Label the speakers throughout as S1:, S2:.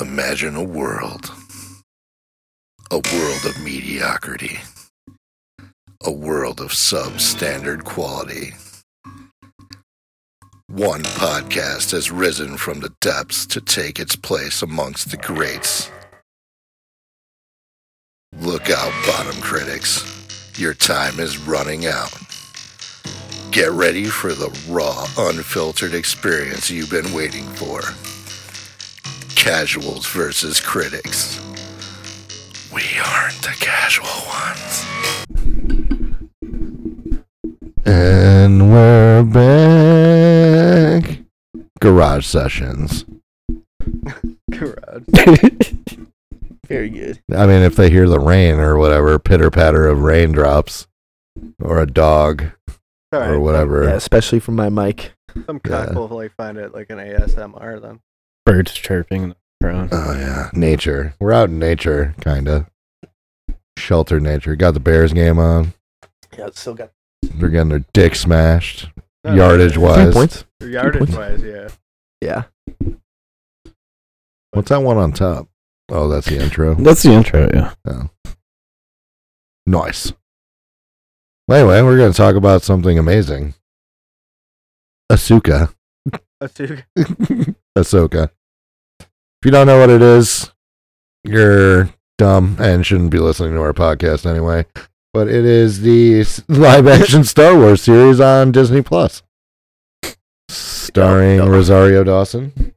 S1: Imagine a world. A world of mediocrity. A world of substandard quality. One podcast has risen from the depths to take its place amongst the greats. Look out, bottom critics. Your time is running out. Get ready for the raw, unfiltered experience you've been waiting for. Casuals versus critics. We aren't the casual ones. And we're back. Garage sessions.
S2: Garage. Very good.
S1: I mean, if they hear the rain or whatever, pitter patter of raindrops, or a dog
S3: All right.
S1: or whatever.
S2: Yeah, especially from my mic.
S3: Some cock
S1: Yeah.
S3: will like find it like an ASMR then.
S4: birds chirping in the background.
S1: Oh yeah, nature. We're out in nature, kind of. Shelter nature. Got the Bears game on.
S2: Yeah, it's still got
S1: They're getting their dick smashed,
S3: No,
S1: yardage
S3: no,
S1: wise.
S2: points.
S3: no, Yardage wise, yeah.
S2: Yeah.
S1: What's that one on top? Oh, that's the intro.
S4: That's the intro, yeah.
S1: nice. Anyway, we're going to talk about something amazing. Asuka.
S3: That's too
S1: Ahsoka. If you don't know what it is, you're dumb and shouldn't be listening to our podcast anyway. But it is the s- live-action Star Wars series on Disney Plus, starring
S2: Yup, yup.
S1: Rosario Dawson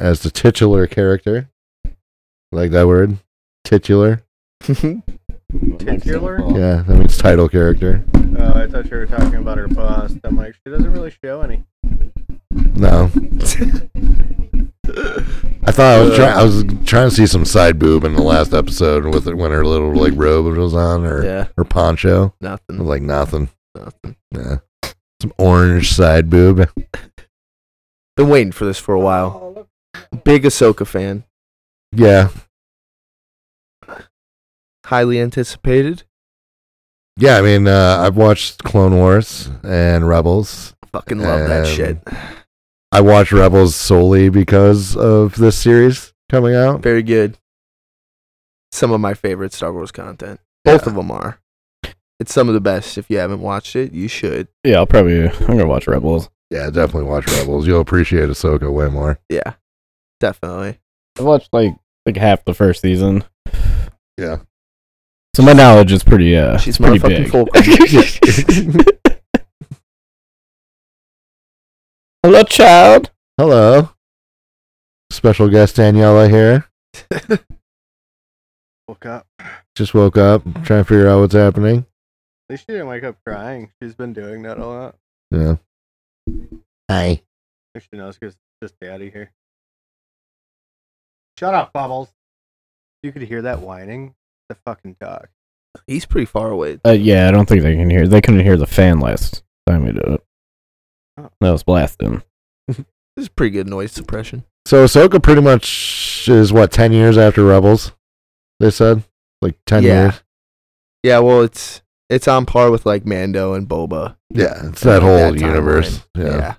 S1: as the titular character. Like that word, titular.
S3: Titular?
S1: Yeah, that means title character.
S3: Oh, I thought you were talking about her bust. I'm like, she doesn't really show any.
S1: No, I thought I was trying. I was trying to see some side boob in the last episode with it when her little like robe was on or
S2: yeah,
S1: her poncho. It was
S2: nothing.
S1: like nothing.
S2: Nothing.
S1: Yeah. Some orange side boob.
S2: Been waiting for this for a while. Big Ahsoka fan.
S1: Yeah.
S2: Highly anticipated.
S1: Yeah, I mean, uh, I've watched Clone Wars and Rebels.
S2: Fucking love that
S1: Um,
S2: shit.
S1: I watched Rebels solely because of this series coming out.
S2: Very good. Some of my favorite Star Wars content. Both of them are. It's some of the best. If you haven't watched it, you should.
S4: Yeah, I'll probably I'm gonna watch Rebels.
S1: Yeah, definitely watch Rebels. You'll appreciate Ahsoka way more.
S2: Yeah, definitely.
S4: I watched like like half the first season.
S1: Yeah.
S4: So my knowledge is pretty uh
S2: She's
S4: it's pretty
S2: motherfucking
S4: big.
S2: Fulcrum.
S4: Hello child.
S1: Hello. Special guest Daniela here.
S3: Woke up. At
S1: Just woke up,
S2: Mm-hmm.
S1: trying to figure out what's happening.
S3: least she didn't wake up crying. She's been doing that a lot.
S1: Yeah. Hi.
S3: I think she knows because it's just daddy here. Shut up, Bubbles. You could hear that whining. The fucking dog.
S2: He's pretty far away.
S4: Uh, yeah, I don't think they can hear they couldn't hear the fan last time we did it.
S3: Oh.
S4: That was blasting.
S2: This is pretty good noise suppression.
S1: So Ahsoka pretty much is what ten years after Rebels. They said like ten
S2: Yeah.
S1: years.
S2: Yeah, well, it's it's on par with like Mando and Boba.
S1: Yeah, it's that
S2: Like
S1: whole
S2: timeline.
S1: universe. Yeah.
S2: yeah.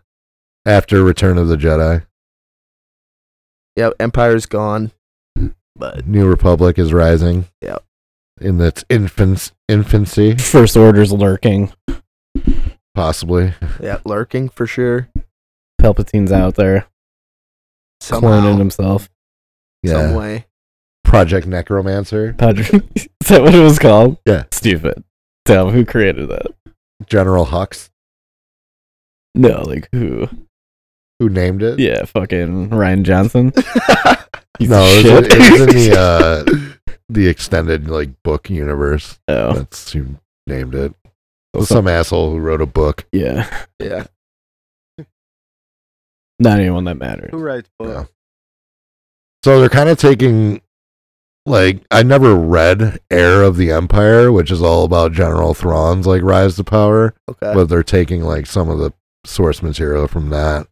S1: after Return of the Jedi,
S2: Yeah, Empire's gone, but
S1: New Republic is rising.
S2: Yep.
S1: in its infant infancy,
S4: First order's lurking.
S1: possibly.
S2: yeah, lurking for sure.
S4: Palpatine's out there
S2: Somehow,
S4: cloning himself.
S1: Yeah,
S2: some way.
S1: Project Necromancer,
S4: Padre- is that what it was called?
S1: Yeah.
S4: Stupid. Tell who created that?
S1: General Hux,
S4: No, like who?
S1: who named it?
S4: Yeah, fucking Ryan Johnson. Piece
S1: No,
S4: of
S1: it was,
S4: shit.
S1: it was in the uh, the extended like book universe.
S4: Oh,
S1: That's who named it.
S4: so-
S1: Some asshole who wrote a book.
S4: yeah,
S2: yeah,
S4: not anyone that matters.
S3: Who writes
S4: Oh.
S3: books?
S1: Yeah. So they're kind of taking like I never read Heir of the Empire, which is all about General Thrawn's like rise to power,
S2: okay.
S1: but they're taking like some of the source material from that,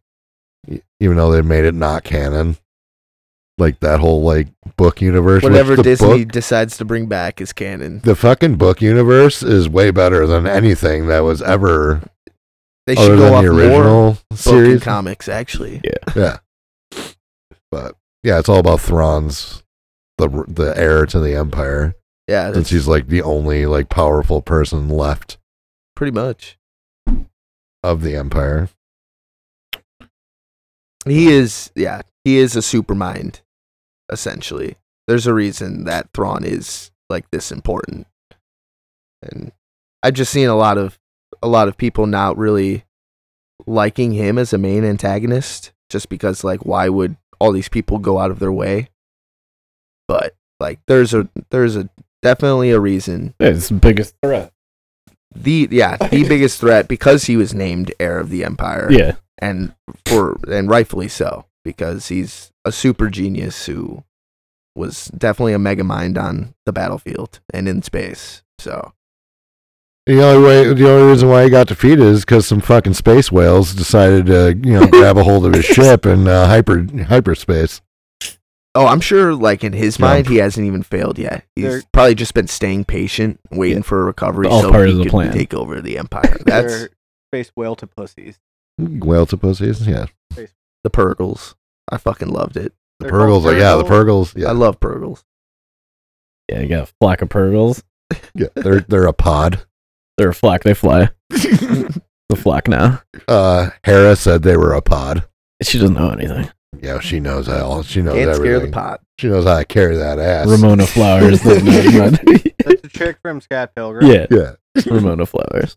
S1: e- even though they made it not canon. Like that whole like book universe. which
S2: Whatever
S1: the
S2: Disney
S1: book-
S2: decides to bring back is canon.
S1: the fucking book universe is way better than anything that was ever
S2: They
S1: other
S2: should go
S1: than
S2: off
S1: the
S2: more
S1: original
S2: book and
S1: series.
S2: comics actually.
S1: Yeah. But Yeah, it's all about Thrawn's the the heir to the Empire,
S2: Yeah,
S1: since
S2: that's
S1: he's like the only like powerful person left
S2: pretty much.
S1: of the Empire.
S2: He is, yeah, he is a supermind, essentially. There's a reason that Thrawn is like this important, and I've just seen a lot of a lot of people not really liking him as a main antagonist, just because like why would all these people go out of their way? But like, there's a there's a definitely a reason
S4: Yeah, it's the biggest threat.
S2: the yeah the biggest threat because he was named heir of the empire
S4: Yeah.
S2: and for and rightfully so because he's a super genius who was definitely a mega mind on the battlefield and in space. So
S1: The only way, the only reason why he got defeated is because some fucking space whales decided to, you know, grab a hold of his ship and uh, hyper hyperspace.
S2: oh, I'm sure like in his
S1: Yeah.
S2: mind he hasn't even failed yet. He's
S3: They're-
S2: probably just been staying patient, waiting
S4: Yeah.
S2: for a recovery
S4: All
S2: so
S4: part
S2: he
S4: of the
S2: could
S4: plan.
S2: take over the empire. That's
S3: They're space whale to pussies.
S1: Whale to pussies, yeah.
S2: the Purgles. I fucking loved it.
S1: The
S3: They're called
S1: Purgles, like, yeah, the
S3: Purgle.
S1: Purgles,
S2: I
S1: yeah,
S2: love Purgles.
S4: Yeah, you got a flock of purgles.
S1: yeah, they're they're a pod.
S4: They're a flock, they fly. The flock now.
S1: Uh, Hera said they were a pod.
S4: She doesn't know anything.
S1: Yeah, she knows all. She knows
S2: Can't scare
S1: everything.
S2: the pot.
S1: She knows how to carry that ass.
S4: Ramona Flowers. doesn't know nothing.
S3: That's a chick from Scott Pilgrim.
S4: yeah,
S1: Yeah,
S4: Ramona Flowers.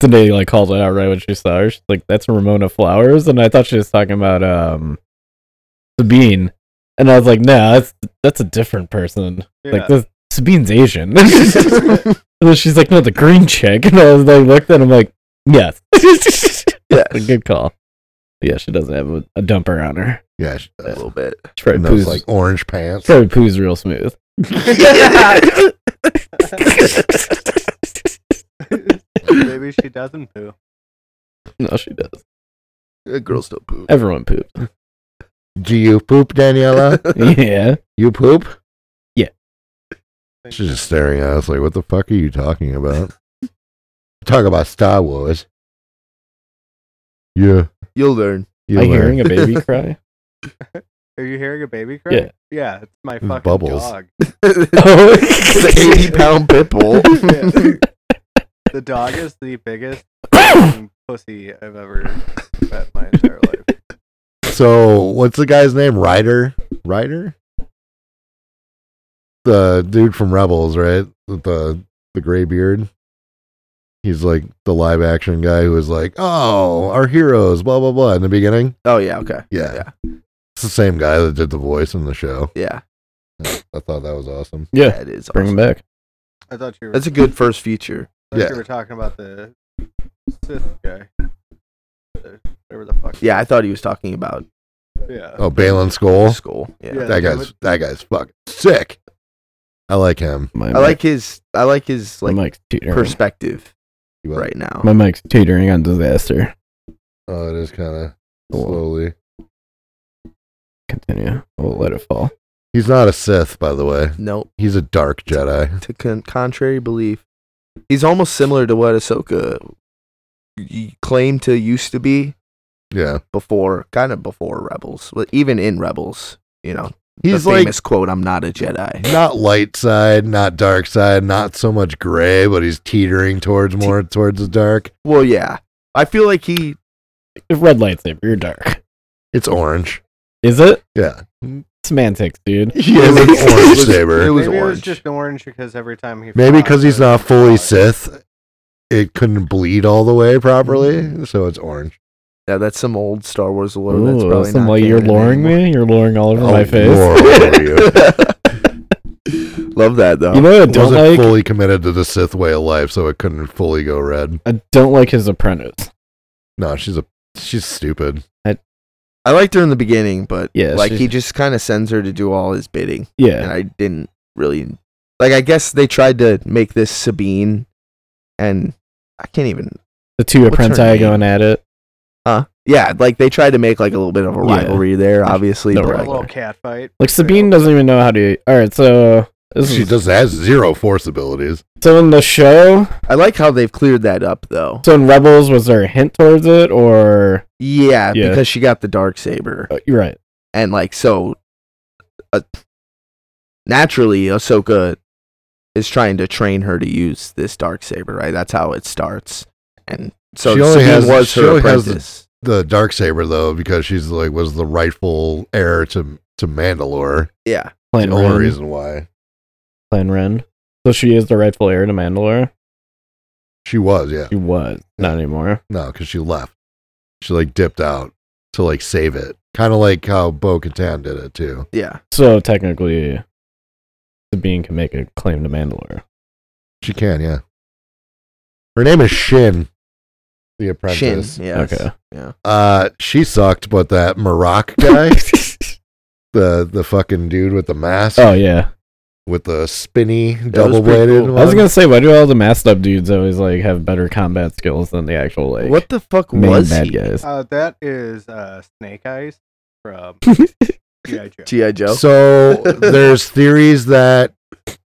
S4: Today, like called it out right when she saw her. She's like, "That's Ramona Flowers," and I thought she was talking about um Sabine, and I was like, "Nah, that's that's a different person.
S3: Yeah.
S4: Like this Sabine's Asian." and then she's like, "No, the green chick," and I was like, looked at him like, "Yes,
S2: Yes.
S4: good call." But yeah, she doesn't have a, a dumper on her.
S1: yeah. She
S2: A
S1: does.
S2: little bit.
S4: She probably
S1: And those
S4: poos
S1: like
S4: like
S1: orange pants.
S4: probably poos real smooth.
S3: Maybe she doesn't poo.
S4: no, she does.
S2: Uh, Girls don't poop.
S4: Everyone poops.
S1: Do you poop, Daniela?
S4: yeah.
S1: you poop?
S3: Think
S1: She's just staring at us like, "What the fuck are you talking about?" Talk about Star Wars. Yeah,
S2: You'll learn.
S1: you
S4: Am I
S1: learn.
S4: hearing a baby cry?
S3: Are you hearing a baby cry?
S4: Yeah.
S3: Yeah, it's my fucking
S1: Bubbles.
S3: dog.
S2: the 80 pound pit bull.
S3: The dog is the biggest fucking pussy I've ever met my entire life.
S1: So, what's the guy's name? Ryder? Ryder? The dude from Rebels, right? With the the gray beard. He's like the live action guy who was like, "Oh, our heroes, blah blah blah." In the beginning,
S2: oh, yeah, okay.
S1: yeah,
S2: Yeah.
S1: it's the same guy that did the voice in the show.
S2: Yeah,
S1: I thought that was awesome.
S4: yeah.
S2: that is
S4: Bring
S2: awesome.
S4: him back.
S3: I thought you were,
S2: That's a good first feature.
S3: I thought
S1: yeah.
S3: you were talking about the Sith guy. The- Whatever the fuck.
S2: Yeah, I thought he was talking about
S3: Yeah.
S1: Oh, Balin Skull,
S2: Skull. Yeah.
S3: Uh, Yeah.
S1: that guy's that guy's fucking sick. I like him.
S4: My
S2: I like his I like his
S4: my
S2: like
S4: mic's teetering.
S2: perspective
S1: He was-
S2: right now.
S4: my mic's teetering on disaster.
S1: Oh, it is kind of
S4: Cool.
S1: slowly.
S4: Continue. We'll let it fall.
S1: He's not a Sith, by the way.
S2: Nope.
S1: He's a dark Jedi.
S2: To con- contrary belief. He's almost similar to what Ahsoka y- claimed to used to be
S1: Yeah.
S2: before kind of before Rebels. But even in Rebels, you know,
S1: He's
S2: the
S1: like
S2: famous quote, I'm not a Jedi.
S1: not light side, not dark side, not so much gray, but he's teetering towards more towards the dark.
S2: Well, yeah. I feel like he
S4: If red lightsaber, you're dark.
S1: It's orange.
S4: Is it?
S1: Yeah.
S4: Semantics, dude.
S1: It was
S2: It
S1: orange
S2: was-
S1: saber.
S2: it was
S3: Maybe it was
S2: orange.
S3: just orange because every time he.
S1: Maybe
S3: fought,
S1: because he's
S3: the-
S1: not fully
S3: dog-
S1: Sith, it couldn't bleed all the way properly, so it's orange.
S2: Yeah, that's some old Star Wars lore. that's
S4: Ooh,
S2: probably
S4: some,
S2: not
S4: like you're
S2: canon
S4: luring
S2: anymore.
S4: me. You're luring all over
S1: Oh,
S4: my face.
S1: Lord, what are you?
S2: Love that though.
S4: You know what I don't
S1: wasn't
S4: like?
S1: fully committed to the Sith way of life, so it couldn't fully go red.
S4: I don't like his apprentice.
S1: No, she's a she's stupid.
S2: I liked her in the beginning, but
S4: Yeah,
S2: like
S4: she-
S2: he just kind of sends her to do all his bidding, and
S4: Yeah.
S2: I didn't really like. I guess they tried to make this Sabine, and I can't even.
S4: The two
S2: What's her
S4: apprentices
S2: name?
S4: going at it.
S2: Huh? Yeah, like they tried to make like a little bit of a
S4: Yeah.
S2: rivalry there, obviously.
S4: No
S2: but,
S3: A
S2: like,
S4: rivalry.
S3: little cat fight.
S4: Like Sabine doesn't even know how to. All right, so this
S1: She
S4: is,
S1: just has zero force abilities.
S4: so in the show.
S2: I like how they've cleared that up though.
S4: So in Rebels, was there a hint towards it, or
S2: Yeah,
S4: Yeah.
S2: because she got the dark saber.
S4: uh, you're right?
S2: and like so, uh, naturally, Ahsoka is trying to train her to use this dark saber. Right, that's how it starts. And so
S1: She only
S2: Sabine
S1: has-
S2: was
S1: she
S2: her
S1: only has
S2: apprentice.
S1: the- the dark saber though because she's like was the rightful heir to to Mandalore.
S2: yeah,
S1: The
S4: Plan
S1: only
S4: Ren.
S1: reason why
S4: Plan Ren. So she is the rightful heir to Mandalore.
S1: she was, yeah,
S4: She was not anymore.
S1: no, because she left. She like dipped out to like save it, kind of like how Bo Katan did it too.
S2: yeah,
S4: So technically, Sabine can make a claim to Mandalore.
S1: She can, yeah. Her name is Shin, the apprentice.
S2: Shin. Yes.
S4: Okay.
S1: Uh, she sucked, but that Maroc guy, the the fucking dude with the mask,
S4: Oh yeah.
S1: with the spinny
S2: was
S1: double bladed.
S2: pretty cool.
S4: I was gonna say, why do all the masked up dudes always like have better combat skills than the actual like
S2: what the fuck
S4: main
S2: was
S4: bad
S2: he?
S4: guys?
S3: Uh, that is uh, Snake Eyes from G.I. Joe.
S2: GI Joe.
S1: So there's theories that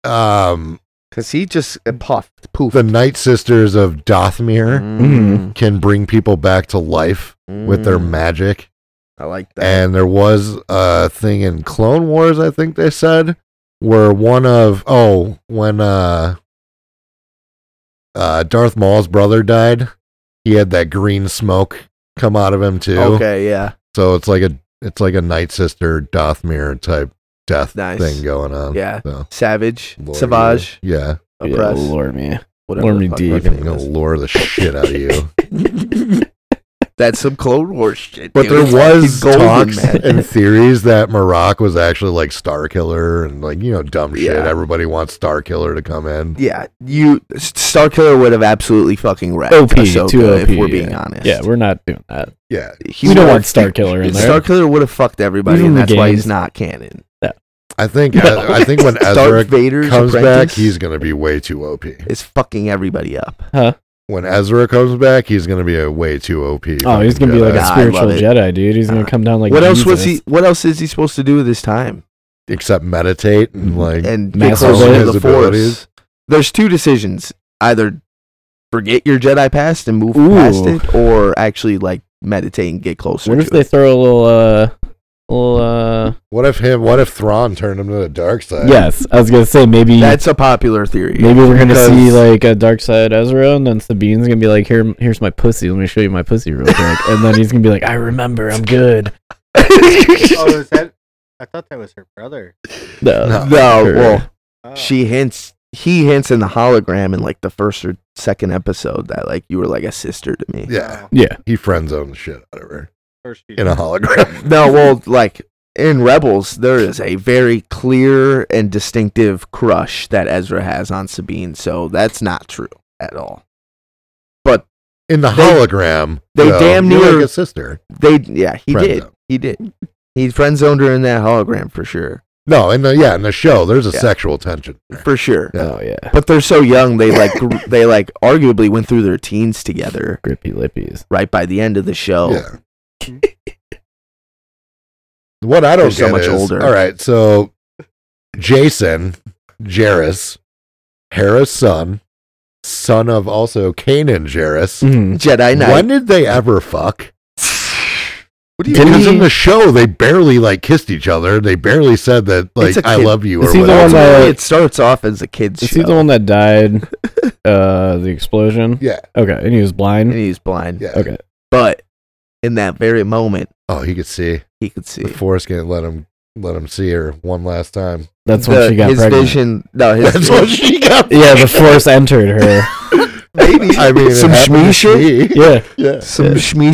S1: um
S2: Because he just uh, puffed, poof.
S1: the Night Sisters of Dothmere
S2: Mm-hmm.
S1: can bring people back to life Mm-hmm. with their
S2: Mm.
S1: magic.
S2: I like that.
S1: And there was a thing in Clone Wars, I think they said, where one of oh, when uh uh Darth Maul's brother died, he had that green smoke come out of him too.
S2: okay, yeah,
S1: So it's like a it's like a Night Sister Dothmere type death
S2: Nice.
S1: thing going on.
S2: yeah.
S1: So
S2: Savage,
S1: lure you.
S2: Savage,
S1: Yeah.
S4: Yeah,
S2: oppress,
S4: lure me.
S2: whatever.
S4: lure
S2: the
S4: me
S2: fuck her
S4: deep.
S1: Fucking
S2: name
S1: gonna
S2: is.
S1: lure the shit out of you.
S2: That's some Clone Wars shit.
S1: But
S2: dude.
S1: there
S2: It's fucking
S1: was
S2: golden,
S1: talks
S2: man.
S1: and theories that Maroc was actually like Star Killer and like you know dumb shit.
S2: Yeah.
S1: Everybody wants Star Killer to come in.
S2: Yeah, you Starkiller would have absolutely fucking wrecked
S4: OP,
S2: Ahsoka
S4: too OP,
S2: if we're being honest.
S4: Yeah, we're not doing that.
S1: Yeah,
S2: He
S4: we don't
S2: would've-
S4: want Starkiller in there.
S2: Starkiller would have fucked everybody,
S4: Leave
S2: and
S4: him the
S2: that's why
S4: games.
S2: he's not canon.
S1: I think
S4: No.
S1: I, I think when Ezra
S2: Darth Vader's
S1: comes back,
S2: apprentice
S1: he's gonna be way too op.
S2: is fucking everybody up.
S1: When Ezra comes back, he's gonna be a way too op.
S4: oh, he's gonna be
S2: Jedi.
S4: like a
S2: Nah, I
S4: spiritual
S2: love it.
S4: Jedi, dude. He's
S2: Nah.
S4: gonna come down like.
S2: what else was he?
S4: Jesus.
S2: What else is he supposed to do with his time?
S1: except meditate and
S2: Mm-hmm.
S1: like
S2: and get
S4: Master
S2: closer
S4: Roll.
S2: to the
S1: His
S2: Force.
S1: abilities.
S2: There's two decisions: either forget your Jedi past and move
S4: Ooh.
S2: past it, or actually like meditate and get closer.
S4: What
S2: to
S4: if they
S2: it.
S4: throw a little, uh, little, uh?
S1: what if him? What if Thrawn turned him to the dark side?
S4: Yes, I was gonna say maybe
S2: That's a popular theory.
S4: maybe we're gonna
S2: because-
S4: see like a dark side Ezra, and then Sabine's gonna be like, "Here, here's my pussy. Let me show you my pussy real quick," and then he's gonna be like, "I remember. I'm good."
S3: Oh, is that? I thought that was her brother.
S1: No.
S2: No,
S4: her.
S2: well,
S3: Oh.
S2: she hints. He hints in the hologram in like the first or second episode that like you were like a sister to me.
S1: Yeah,
S3: Oh,
S4: yeah,
S1: he friend zoned the shit out of her
S3: or she
S1: in a hologram.
S2: No, well, like in Rebels, there is a very clear and distinctive crush that Ezra has on Sabine, so that's not true at all.
S1: In the
S2: They-
S1: hologram,
S2: they
S1: though,
S2: damn
S1: you're
S2: near-
S1: like a sister.
S2: They, yeah, he
S1: Friend
S2: did,
S1: zone.
S2: he did, he friend zoned her in that hologram for sure,
S1: No, in the yeah, in the show, there's a
S2: Yeah.
S1: sexual tension. there.
S2: for sure.
S1: Yeah.
S4: oh yeah,
S2: But they're so young; they like gr- they like arguably went through their teens together
S4: grippy lippies.
S2: right by the end of the show.
S1: Yeah. what I don't
S2: They're so
S1: get
S2: much
S1: is,
S2: older.
S1: all right, so Jason, Jairus, Hera's son, son of also Kanan Jairus.
S2: Mm. Jedi Knight.
S1: When did they ever fuck?
S2: What do
S1: Because
S2: mean?
S1: in the show, they barely like kissed each other. They barely said that like
S2: a
S1: I
S2: kid-
S1: love you or
S4: Is he the
S1: whatever.
S4: one that-
S2: Ultimately, it starts off as a kids
S4: Is
S2: show,
S4: he the one that died? Uh, the explosion.
S1: Yeah.
S4: Okay, and he was
S2: and
S4: blind.
S2: he's blind.
S1: Yeah.
S4: Okay.
S2: But in that very moment,
S1: Oh, he could see.
S2: he could see
S1: The forest can't let him let him see her one last time.
S4: That's when
S2: The-
S4: she got
S2: his
S4: pregnant.
S2: vision. No, his
S1: That's what she got.
S4: Yeah, the force entered her.
S2: maybe
S1: I mean, it
S2: some
S1: happened to
S2: shmee shit.
S1: me.
S4: Yeah,
S1: Yeah.
S2: Some
S4: Yeah.
S2: shmee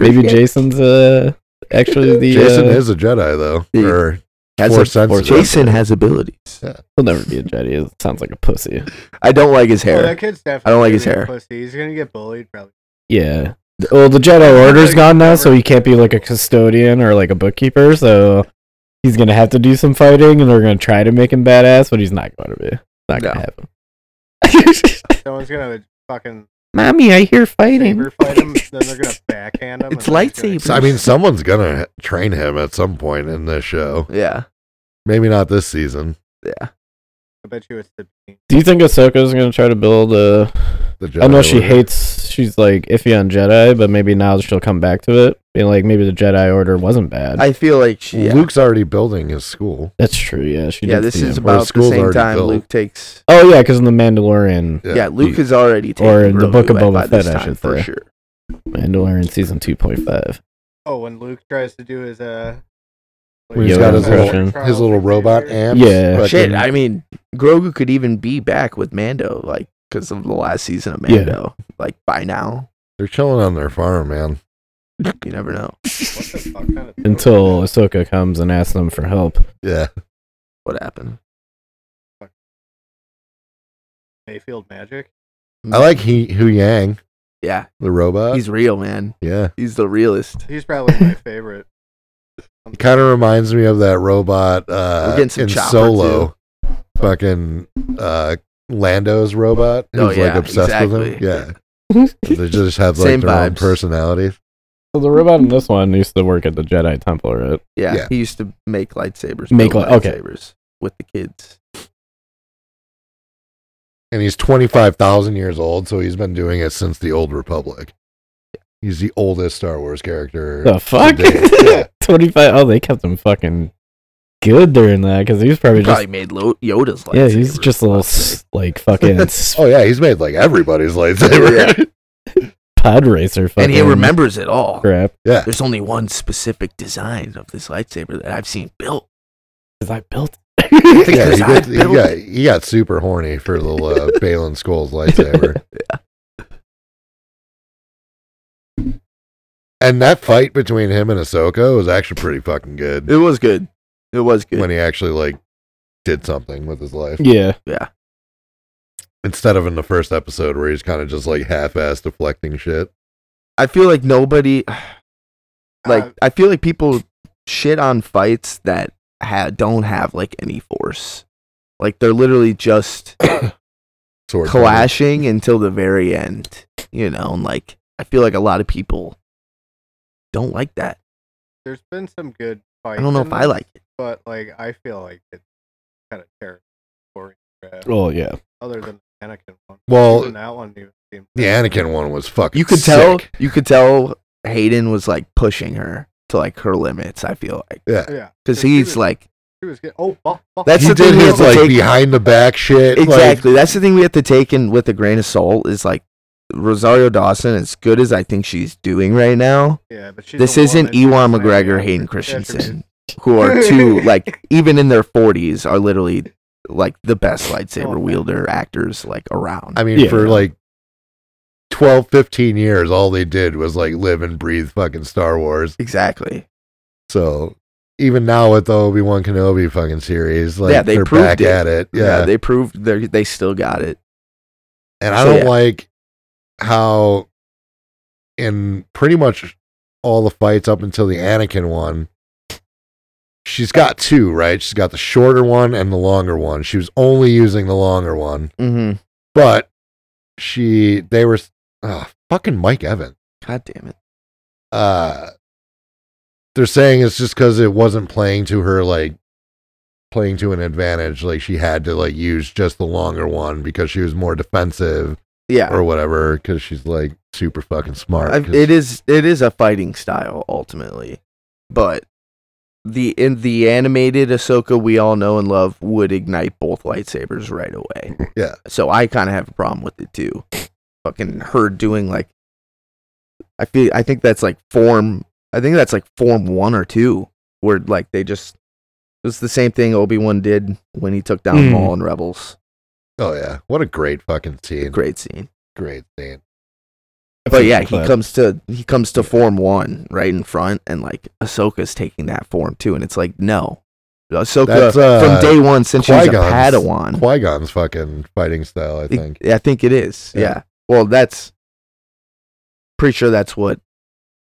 S4: maybe
S2: shit.
S4: Jason's uh actually the
S1: Jason
S4: uh,
S1: is a Jedi though,
S2: Yeah.
S1: or
S2: has
S1: force sensitive.
S2: Jason has abilities.
S4: He'll never be a Jedi. It sounds like a pussy.
S2: I don't like his
S3: Oh,
S2: hair.
S3: that kid's
S2: I
S3: definitely.
S2: don't like
S3: gonna
S2: his
S3: be a
S2: hair.
S3: Pussy. He's gonna get bullied probably.
S4: Yeah. Well, the Jedi Order's gone now, so he can't be like a custodian or like a bookkeeper. So he's gonna have to do some fighting, and they're gonna try to make him badass, but he's not going to be. Not gonna
S2: No.
S4: happen.
S3: Someone's gonna fucking
S4: Mommy, I hear fighting.
S3: saber fight him. then they're gonna backhand him.
S2: It's
S3: and then he's gonna-
S2: lightsaber.
S1: So, I mean, someone's gonna train him at some point in this show.
S2: yeah,
S1: Maybe not this season.
S2: yeah.
S3: I bet you it's the.
S4: Do you think Ahsoka's gonna try to build a?
S1: The
S4: I know
S1: Jedi
S4: she
S1: Order.
S4: hates. She's like iffy on Jedi, but maybe now she'll come back to it. being like maybe the Jedi Order wasn't bad.
S2: I feel like she. Yeah,
S1: Luke's already building his school.
S4: That's true. Yeah, she
S2: yeah
S4: did
S2: this
S4: see
S2: is
S4: him.
S2: about the
S1: school's
S2: same
S1: already
S2: time
S1: built.
S2: Luke takes.
S4: oh yeah, because in the Mandalorian,
S2: Yeah, Luke is already taking
S4: Or in the
S2: Grogu
S4: Book of
S2: away
S4: Boba
S2: by this
S4: Fett, I
S2: time,
S4: should
S2: for
S4: say.
S2: sure.
S4: Mandalorian season two point five.
S3: Oh, when Luke tries to do his uh,
S1: When he's
S4: Yoda
S1: got his
S4: impression.
S1: little, his little robot amps.
S4: Yeah.
S1: fucking-
S2: Shit, I mean, Grogu could even be back with Mando, like because of the last season of
S4: Yeah.
S2: Mando. Like by now,
S1: they're chilling on their farm, man.
S2: you never know.
S3: What the fuck kind of
S4: Until Ahsoka comes and asks them for help.
S1: Yeah,
S2: What happened?
S3: Mayfield magic?
S1: I like Uh, he Hu Yang,
S2: Yeah,
S1: the robot.
S2: he's real, man.
S1: yeah,
S2: He's the realest.
S3: He's probably my favorite.
S1: It kind of reminds me of that robot
S2: We're
S1: uh,
S2: getting some
S1: in
S2: chopper,
S1: Solo, fucking uh, Lando's robot, who's
S2: Oh,
S1: like
S2: yeah,
S1: obsessed with him.
S2: exactly.
S1: Yeah, they just have like
S2: Same
S1: their own
S2: vibes.
S1: personalities.
S4: So the robot in this one used to work at the Jedi Temple, right?
S2: Yeah,
S1: Yeah.
S2: he used to make lightsabers.
S4: Make
S2: build
S4: li- okay.
S2: lightsabers with the kids.
S1: And he's twenty five thousand years old, so he's been doing it since the Old Republic. He's the oldest Star Wars character.
S4: The fuck?
S1: date, yeah.
S4: Twenty five. Oh, they kept him fucking good during that because he was probably
S2: He
S4: just
S2: probably made Lo- Yoda's lightsaber.
S4: yeah, he's just a little
S2: Fuck's sake.
S4: s- like fucking s-
S1: Oh yeah, he's made like everybody's lightsaber.
S4: pod racer. Fucking
S2: and he remembers it all.
S4: crap.
S1: yeah,
S2: There's only one specific design of this lightsaber that I've seen built.
S4: Because I built.
S1: yeah,
S2: Because
S1: he,
S2: I
S1: did, he,
S2: built
S1: got,
S2: it.
S1: he got super horny for little uh, Balin Skull's lightsaber. And that fight between him and Ahsoka was actually pretty fucking good
S2: It was good. It was good.
S1: when he actually like did something with his life
S4: yeah,
S1: instead of in the first episode where he's kind of just like half-ass deflecting shit.
S2: I feel like nobody, like,
S3: Uh,
S2: I feel like people shit on fights that ha- don't have like any force. Like they're literally just
S1: Sword
S2: clashing until the very end. You know, and like I feel like a lot of people don't like that.
S3: there's been some good
S2: I
S3: fights.
S2: don't know
S3: in
S2: if I
S3: this,
S2: like it.
S3: but like I feel like it's kind of terrible. choreographed,
S4: well, yeah.
S3: Other than the Anakin one.
S1: Well-
S3: Even that one even seemed
S1: The Anakin one was fucking.
S2: You could tell.
S1: sick.
S2: You could tell Hayden was like pushing her to like her limits. I feel like
S1: Yeah,
S3: Yeah,
S2: because
S3: Yeah, he
S2: he's
S3: was-
S2: like
S3: he was good. Oh, fuck, fuck.
S2: That's
S1: he
S2: the
S1: did
S2: thing, he
S1: his
S2: has to
S1: like
S2: take-
S1: behind the back shit. like-
S2: Exactly. That's the thing we have to take in with a grain of salt is like Rosario Dawson, as good as I think she's doing right now,
S3: yeah, but she's
S2: this
S3: a
S2: isn't
S3: woman,
S2: Ewan
S3: she's
S2: McGregor,
S3: like-
S2: Hayden
S3: Yeah,
S2: Christensen. who are two, like, even in their 40s, are literally like the best
S3: Oh,
S2: lightsaber wielder actors like around.
S1: I mean,
S4: Yeah.
S1: for like 12, 15 years, all they did was like live and breathe fucking Star Wars.
S2: exactly.
S1: So even now with the Obi Wan Kenobi fucking series, like
S2: Yeah, they
S1: are
S2: proved
S1: back
S2: it.
S1: at it. Yeah.
S2: Yeah. they proved they they still got it.
S1: and I
S2: so,
S1: don't
S2: yeah.
S1: like how in pretty much all the fights up until the Anakin one, she's got two, right? She's got the shorter one and the longer one. She was only using the longer one.
S2: Mm-hmm.
S1: but she they were oh, fucking Mike Evans.
S2: God damn it.
S1: Uh, they're saying it's just because it wasn't playing to her like playing to an advantage. Like she had to like use just the longer one because she was more defensive
S2: Yeah.
S1: or whatever. Because she's like super fucking smart.
S2: I,
S1: 'cause-
S2: it is it is a fighting style ultimately, but the in the animated Ahsoka we all know and love would ignite both lightsabers right away.
S1: Yeah.
S2: So I kind of have a problem with it too. Fucking her doing like, I feel I think that's like form. I think that's like form one or two where like they just it was the same thing Obi Wan did when he took down
S4: Hmm.
S2: Maul and Rebels.
S1: oh yeah, what a great fucking scene. Great,
S2: Great scene.
S1: scene.
S2: But yeah, he comes to he comes to form one right in front, and like Ahsoka's taking that form too, and it's like no, Ahsoka
S1: That's, uh,
S2: from day one since she was a
S1: Qui-Gon's-
S2: Padawan.
S1: Qui Gon's fucking fighting style. I think.
S2: I think it is.
S1: Yeah.
S2: Yeah. Well, that's pretty sure that's what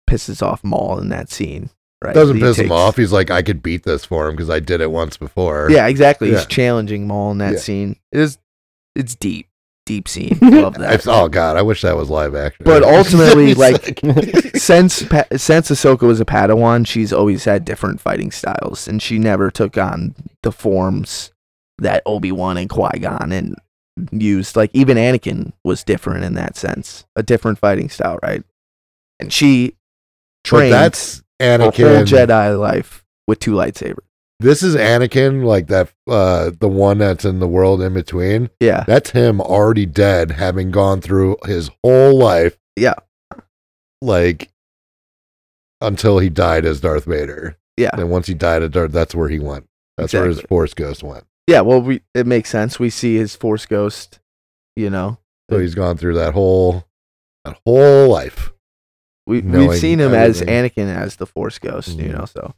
S2: pisses off Maul in that scene. Right.
S1: Doesn't
S2: He
S1: piss him
S2: takes-
S1: off. He's like, I could beat this for him because I did it once before.
S2: Yeah, exactly.
S1: Yeah.
S2: He's challenging Maul in that
S1: Yeah.
S2: scene. It is. It's deep, deep scene. Love that.
S1: It's, oh god, I wish that was live action.
S2: But ultimately,
S1: It's
S2: like- since pa- since Ahsoka was a Padawan, she's always had different fighting styles, and she never took on the forms that Obi Wan and Qui Gon and used. Like even Anakin was different in that sense, a different fighting style, right? And she
S1: But
S2: trained
S1: that's
S2: a whole
S1: Anakin.
S2: Jedi life with two lightsabers.
S1: This is Anakin, like that, uh, the one that's in the world in between.
S2: Yeah,
S1: That's him already dead, having gone through his whole life.
S2: Yeah.
S1: Like until he died as Darth Vader.
S2: yeah,
S1: And once he died as Darth, that's where he went. That's where his
S2: Ah. Exactly.
S1: Force Ghost went.
S2: yeah. Well, we it makes sense. We see his Force Ghost, you know.
S1: So he's gone through that whole, that whole life.
S2: We
S1: Knowing
S2: we've seen him
S1: everything.
S2: as Anakin as the Force Ghost, you
S1: Mhm.
S2: know. So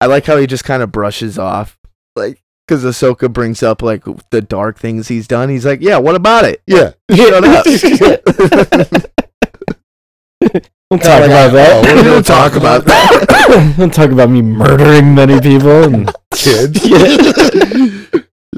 S2: I like how he just kind of brushes off, like because Ahsoka brings up like the dark things he's done. He's like, "Yeah, what about it?
S1: Yeah.
S2: Shut up."
S4: We'll talk about
S1: Oh,
S4: that.
S1: we're gonna
S2: We'll talk about that.
S4: we'll talk about me murdering many people, and,
S1: Kids.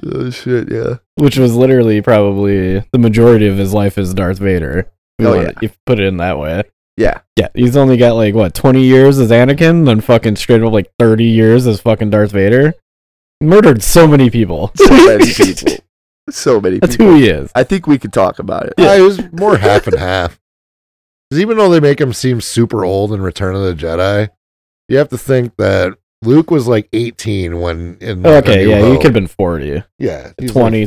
S2: oh shit! Yeah.
S4: which was literally probably the majority of his life is Darth Vader. We
S2: Oh,
S4: wanna-
S2: yeah.
S4: if you put it in that way.
S2: Yeah.
S4: Yeah, he's only got like what twenty years as Anakin, then fucking straight up like thirty years as fucking Darth Vader. Murdered so many people.
S2: So many people. So many
S4: That's
S2: people.
S4: who he is.
S2: I think we could talk about it.
S1: Yeah, it was more half and half. 'Cause even though they make him seem super old in Return of the Jedi, you have to think that Luke was like 18 when in like, A
S4: Oh, Okay,
S1: New
S4: yeah, he
S1: Hope.
S4: could have been forty.
S1: yeah he's like
S4: 20, 20.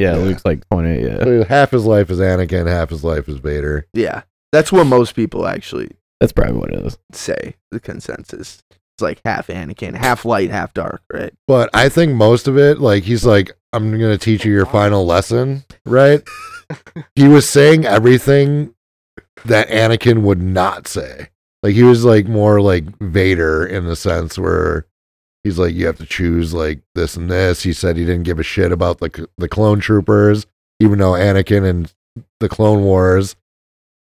S1: 40,
S4: Yeah, Luke's like twenty. Yeah,
S1: So half his life is Anakin, half his life is Vader.
S2: Yeah. That's what most people actually
S4: that's probably what it is.
S2: say, the consensus. It's like half Anakin, half light, half dark, right?
S1: But I think most of it, like he's like, I'm gonna teach you your final lesson, right? he was saying everything that Anakin would not say. Like he was like more like Vader in the sense where he's like, you have to choose like this and this. He said he didn't give a shit about the c- the clone troopers, even though Anakin and the Clone Wars,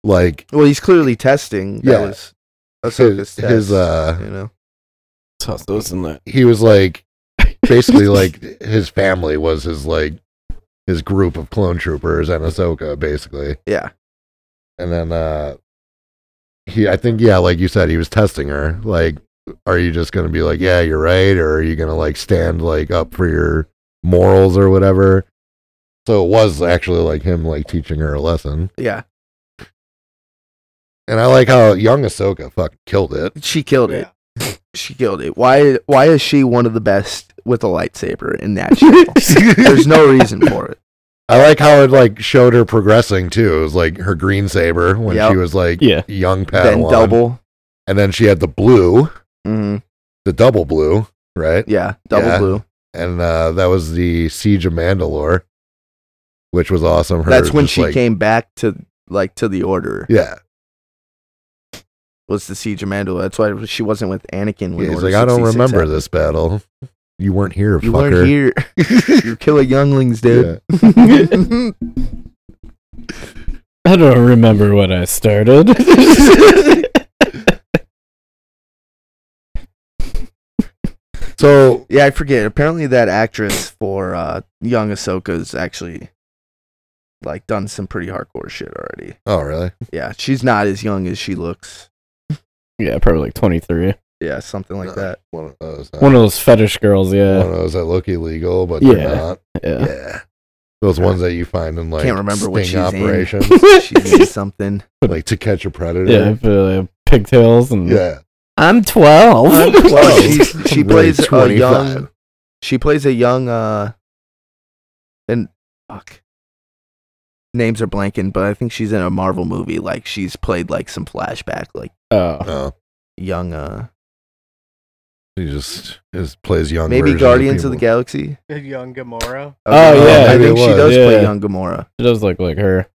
S1: like
S2: Well, he's clearly testing. That
S1: Yeah.
S2: was
S1: his,
S2: Ahsoka's test,
S1: his uh
S2: you know.
S4: Toss those in there.
S1: he was like basically like his family was his like his group of clone troopers and Ahsoka basically.
S2: Yeah.
S1: And then uh he I think yeah, like you said, he was testing her. Like, are you just gonna be like, Yeah, you're right, or are you gonna like stand like up for your morals or whatever? So it was actually like him like teaching her a lesson.
S2: Yeah.
S1: And I like how young Ahsoka fucking killed it.
S2: She killed it. She killed it. Why why is she one of the best with a lightsaber in that show? There's no reason for it.
S1: I like how it like showed her progressing too. It was like her green saber when
S2: Yep.
S1: she was like
S4: Yeah.
S1: young
S2: then
S1: Padawan,
S2: double.
S1: and then she had the blue,
S2: hmm
S1: the double blue, right?
S2: Yeah, double
S1: Yeah.
S2: blue.
S1: And uh, that was the Siege of Mandalore, which was awesome. Her
S2: That's when
S1: just,
S2: she
S1: like-
S2: came back to like to the order.
S1: Yeah,
S2: Was the siege of Mandalore? That's why she wasn't with Anakin. When
S1: he's
S2: Order
S1: like, I don't
S2: 66
S1: remember
S2: happened."
S1: this battle. You weren't here,
S2: You
S1: fucker.
S2: weren't here. You're killing younglings, dude.
S4: I don't remember when I started.
S1: So
S2: Yeah, I forget. Apparently, that actress for uh, young Ahsoka's actually like done some pretty hardcore shit already.
S1: oh really?
S2: Yeah, she's not as young as she looks.
S4: yeah, probably like twenty three.
S2: Yeah, something like
S1: Uh,
S2: that.
S1: One of those. huh?
S4: One of those fetish girls.
S1: One
S4: Yeah,
S1: of those that look illegal, but
S4: Yeah.
S1: they're not.
S4: yeah.
S1: Yeah. Those ones that you find in like
S2: Can't remember what
S1: sting
S2: she's in.
S1: operations,
S2: She's in something.
S1: like to catch a predator.
S4: Yeah, but, uh, pigtails and
S1: Yeah.
S4: I'm 12
S2: Oh,
S1: Well,
S2: she's, she
S1: I'm really
S2: plays a
S1: 25.
S2: young. She plays a young. uh And fuck, names are blanking, but I think she's in a Marvel movie. Like she's played like some flashback, like
S4: oh,
S1: Oh,
S2: young. uh
S1: he just is, plays young.
S2: Maybe
S1: versions
S2: Guardians of the
S1: people.
S2: Galaxy.
S3: Young Gamora.
S4: Oh,
S2: Okay,
S1: yeah,
S2: I
S1: maybe
S2: think
S1: it
S2: she
S1: was,
S2: does
S4: yeah.
S2: play young Gamora.
S4: she does look like her.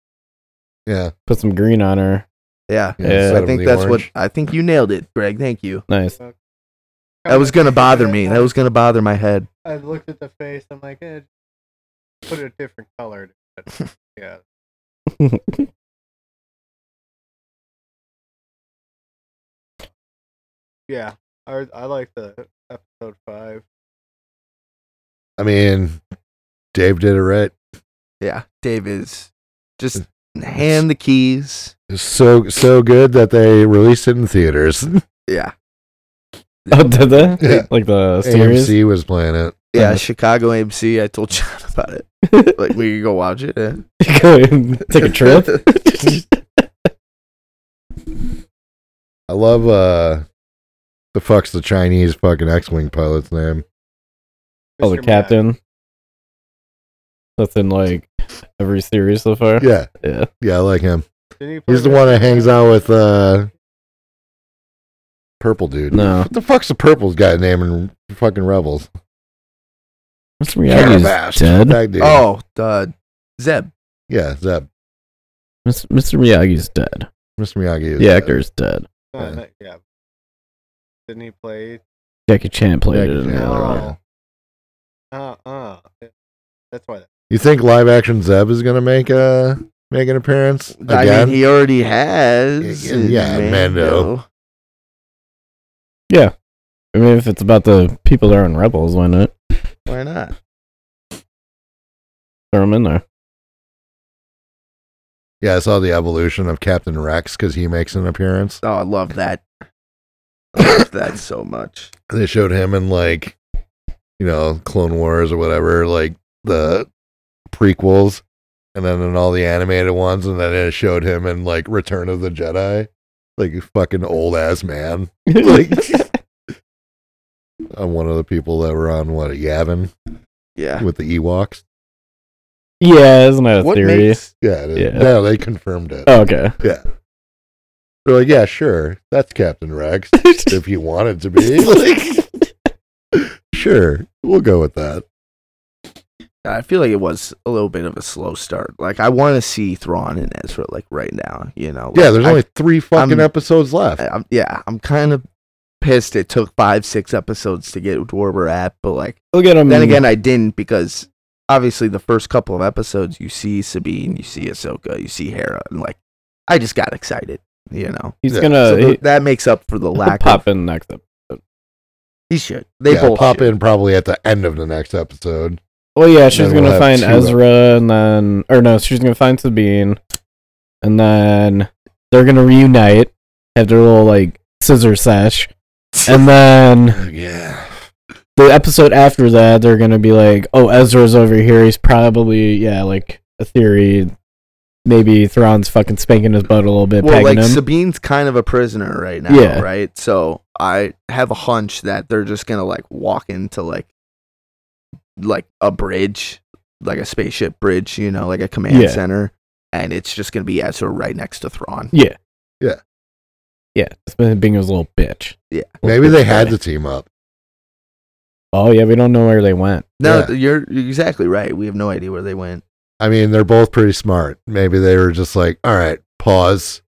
S1: Yeah.
S4: Put some green on her.
S2: Yeah,
S1: yeah,
S4: Yeah.
S1: instead
S2: I
S1: of
S2: think
S1: the
S2: that's
S1: orange.
S2: what I think you nailed it, Greg. Thank you.
S4: Nice.
S2: That was gonna bother me. That was gonna bother my head.
S3: I looked at the face. I'm like, eh, put a different color. to it. yeah. Yeah. I, I like the episode five.
S1: I mean, Dave did it right.
S2: Yeah, Dave is just hand the keys.
S1: It's so so good that they released it in theaters.
S2: Yeah,
S4: oh, did they?
S1: Yeah.
S4: Like the series?
S1: AMC was playing it.
S2: yeah.
S4: Yeah.
S2: Chicago AMC. I told John about it. Like we could go watch it. yeah.
S4: Oh, Go and take a trip?
S1: I love uh the fuck's the Chinese fucking X Wing pilot's name.
S4: Oh,
S3: Mr.
S4: the
S3: Matt.
S4: captain. That's in like every series so far.
S1: Yeah,
S4: Yeah.
S1: yeah, I like him.
S3: Didn't he play
S1: He's the
S3: Mr.
S1: one that hangs
S3: Matt?
S1: out with uh Purple Dude.
S4: No.
S1: What the fuck's the purple guy name in fucking Rebels?
S4: Mr. Miyagi's
S1: Carabas.
S4: dead.
S1: That dude.
S2: Oh, the Zeb.
S1: Yeah, Zeb.
S4: Mis- Mr. Miyagi's dead.
S1: Mr. Miyagi is
S4: The
S1: dead.
S4: actor is dead.
S3: No,
S1: Yeah.
S3: no, yeah. Didn't he play?
S4: Jackie Chan played
S1: Jackie
S4: it in
S1: Chan.
S4: the other one.
S3: Uh uh. Uh-huh. That's why.
S1: You think live action Zeb is gonna make a make an appearance?
S2: I
S1: Again?
S2: mean, he already has.
S1: Yeah, yeah,
S2: in
S1: Mando.
S4: I mean, if it's about the people that are in Rebels, why not
S2: Why not?
S4: throw them in there?
S1: yeah, I saw the evolution of Captain Rex because he makes an appearance.
S2: Oh, I love that. I love that so much.
S1: They showed him in like, you know, Clone Wars or whatever, like the prequels, and then in all the animated ones, and then it showed him in like Return of the Jedi, like a fucking old ass man. Like, I'm one of the people that were on what a Yavin
S2: Yeah.
S1: with the Ewoks.
S4: yeah, isn't that a
S2: what
S4: theory?
S2: makes
S1: Yeah, it is.
S4: Yeah.
S1: no, they confirmed it.
S4: Oh, okay.
S1: Yeah. They're like, yeah, sure, that's Captain Rex if you wanted to be. Like, sure, we'll go with that.
S2: I feel like it was a little bit of a slow start. Like I want to see Thrawn and Ezra like right now. You know.
S1: Yeah, there's
S2: I-
S1: only three fucking
S2: I'm-
S1: episodes left.
S2: I'm, yeah, I'm kind of pissed. It took five, six episodes to get to where we're at, but like
S4: We'll get them.
S2: then again, I didn't because obviously the first couple of episodes you see Sabine, you see Ahsoka, you see Hera, and like I just got excited. You know,
S4: he's
S1: Yeah.
S4: gonna
S2: so th-
S4: Uh, he,
S2: that makes up for the
S4: he'll
S2: lack.
S4: pop
S2: Of,
S4: in next up.
S2: he should. They
S1: yeah,
S2: both
S1: pop
S2: should.
S1: in probably at the end of the next episode.
S4: Well, yeah, she's
S1: Then we'll
S4: gonna
S1: have
S4: find
S1: two of
S4: Ezra, and then or no, she's gonna find Sabine, and then they're gonna reunite, have their little like scissor sesh, and then
S1: Yeah.
S4: the episode after that, they're gonna be like, "Oh, Ezra's over here. He's probably yeah, like a theory. Maybe Thrawn's fucking spanking his butt a little bit,
S2: Well,
S4: pegging
S2: like
S4: him.
S2: Sabine's kind of a prisoner right now,
S4: Yeah.
S2: right? So I have a hunch that they're just gonna like walk into like like a bridge, like a spaceship bridge, you know, like a command
S4: Yeah.
S2: center, and it's just gonna be Ezra right next to Thrawn.
S4: yeah,
S1: Yeah.
S4: yeah. it's been Being his little bitch.
S2: Yeah.
S1: Maybe they had to
S4: to.
S1: team up.
S4: Oh yeah, we don't know where they went.
S2: No,
S1: Yeah.
S2: th- you're you're exactly right. We have no idea where they went.
S1: I mean, they're both pretty smart. Maybe they were just like, all right, pause.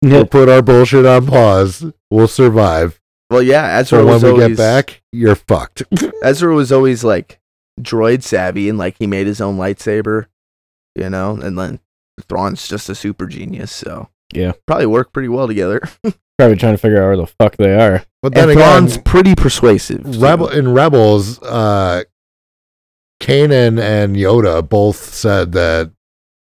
S4: Yeah.
S1: We'll put our bullshit on pause. We'll survive.
S2: Well, yeah, Ezra
S1: So when
S2: was
S1: we
S2: always
S1: get back, you're fucked.
S2: Ezra was always like droid savvy and like he made his own lightsaber, you know, and then Thrawn's just a super genius, so
S4: Yeah.
S2: probably work pretty well together.
S4: Probably trying to figure out where the fuck they are.
S1: But then
S2: And
S1: again,
S2: Thrawn's pretty persuasive. so-
S1: Rebel in Rebels, uh Kanan and Yoda both said that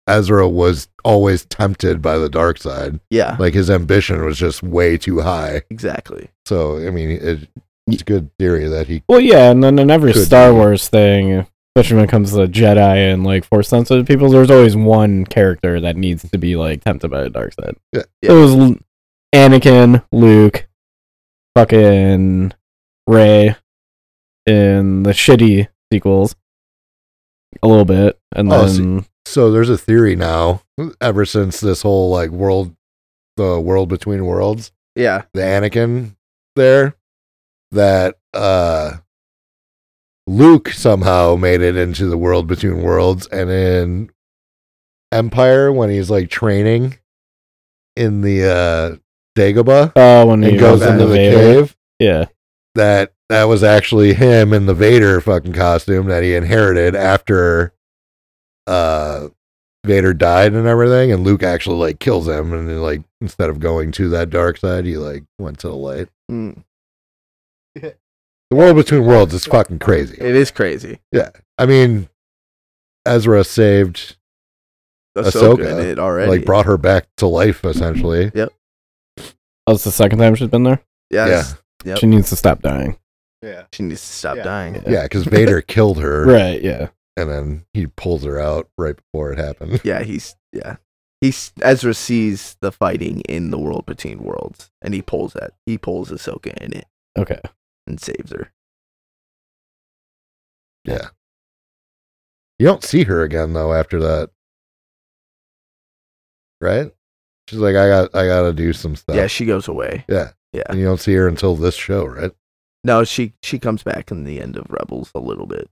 S1: Ezra was always tempted by the dark side.
S2: Yeah,
S1: Like his ambition was just way too high.
S2: exactly.
S1: So I mean, it, it's a good theory that he.
S4: Well, yeah, and then in every
S1: Could
S4: Star
S1: be.
S4: Wars thing, especially when it comes to the Jedi and like Force sensitive people, there's always one character that needs to be like tempted by the dark side.
S1: Yeah.
S2: Yeah.
S4: It was L- Anakin, Luke, fucking Ray in the shitty sequels, a little bit, and
S1: Oh, so-
S4: then
S1: So there's a theory now. Ever since this whole like world, the world between worlds,
S2: Yeah,
S1: the Anakin there, that uh Luke somehow made it into the world between worlds, and in Empire when he's like training in the uh Dagobah
S4: oh, when he
S1: and goes
S4: was in
S1: into
S4: the
S1: the
S4: Vader.
S1: cave.
S4: yeah,
S1: that that was actually him in the Vader fucking costume that he inherited after uh Vader died and everything and Luke actually like kills him and then, like instead of going to that dark side he like went to the light.
S2: Mm,
S1: The world between worlds is fucking crazy.
S2: it is crazy.
S1: I mean Ezra saved
S2: Ahsoka,
S1: Ahsoka,
S2: in it already.
S1: like brought her back to life essentially.
S4: oh, it's the second time she's been there.
S2: yes, Yep.
S4: She needs to stop dying.
S3: Yeah.
S2: she needs to stop
S3: Yeah.
S2: dying.
S1: Yeah, because Vader killed her
S4: Right? Yeah.
S1: and then he pulls her out right before it happened.
S2: Yeah, he's yeah. he s- Ezra sees the fighting in the world between worlds, and he pulls that. He pulls Ahsoka in it
S4: Okay.
S2: and saves her.
S1: You don't see her again though after that, right? She's like, I got, I got to do some stuff.
S2: Yeah, she goes away.
S1: yeah,
S2: Yeah.
S1: And you don't see her until this show, right?
S2: No, she she comes back in the end of Rebels a little bit,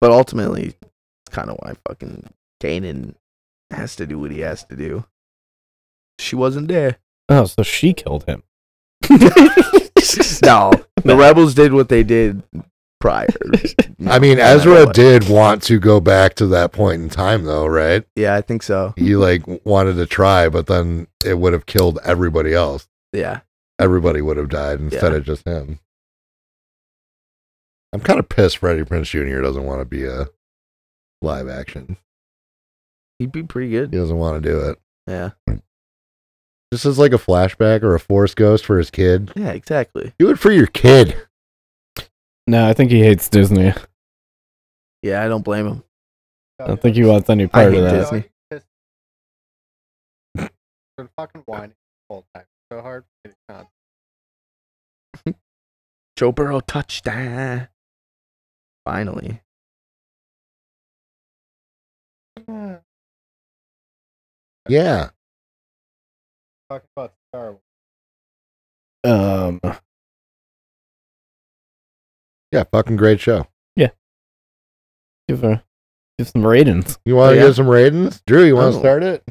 S2: but ultimately, it's kind of why fucking Kanan has to do what he has to do. She wasn't there.
S4: Oh, so she killed him.
S2: No, the Rebels did what they did prior.
S1: I mean,
S2: No matter
S1: Ezra
S2: what.
S1: did want to go back to that point in time though, right?
S2: Yeah, I think so.
S1: He like wanted to try, but then it would have killed everybody else.
S2: Yeah,
S1: Everybody would have died instead
S2: Yeah.
S1: of just him. I'm kind of pissed Freddie Prince Jr. doesn't want to be a live action.
S2: he'd be pretty good.
S1: He doesn't want to do it.
S2: Yeah,
S1: Just as like a flashback or a force ghost for his kid.
S2: yeah, exactly.
S1: Do it for your kid.
S4: no, I think he hates Disney.
S2: Yeah, I don't blame him.
S4: I don't think he wants any
S2: I
S4: part
S2: hate
S4: of that.
S2: Disney.
S3: Been fucking whining the whole time. So hard. for me to con-
S2: Joe Burrow touchdown. Finally,
S1: Yeah.
S3: Talking about Star Wars.
S4: Um,
S1: Yeah, fucking great show.
S4: give her, give some ratings.
S1: You want to
S2: Yeah.
S1: give some ratings? Drew, you want to
S2: Oh.
S1: start it?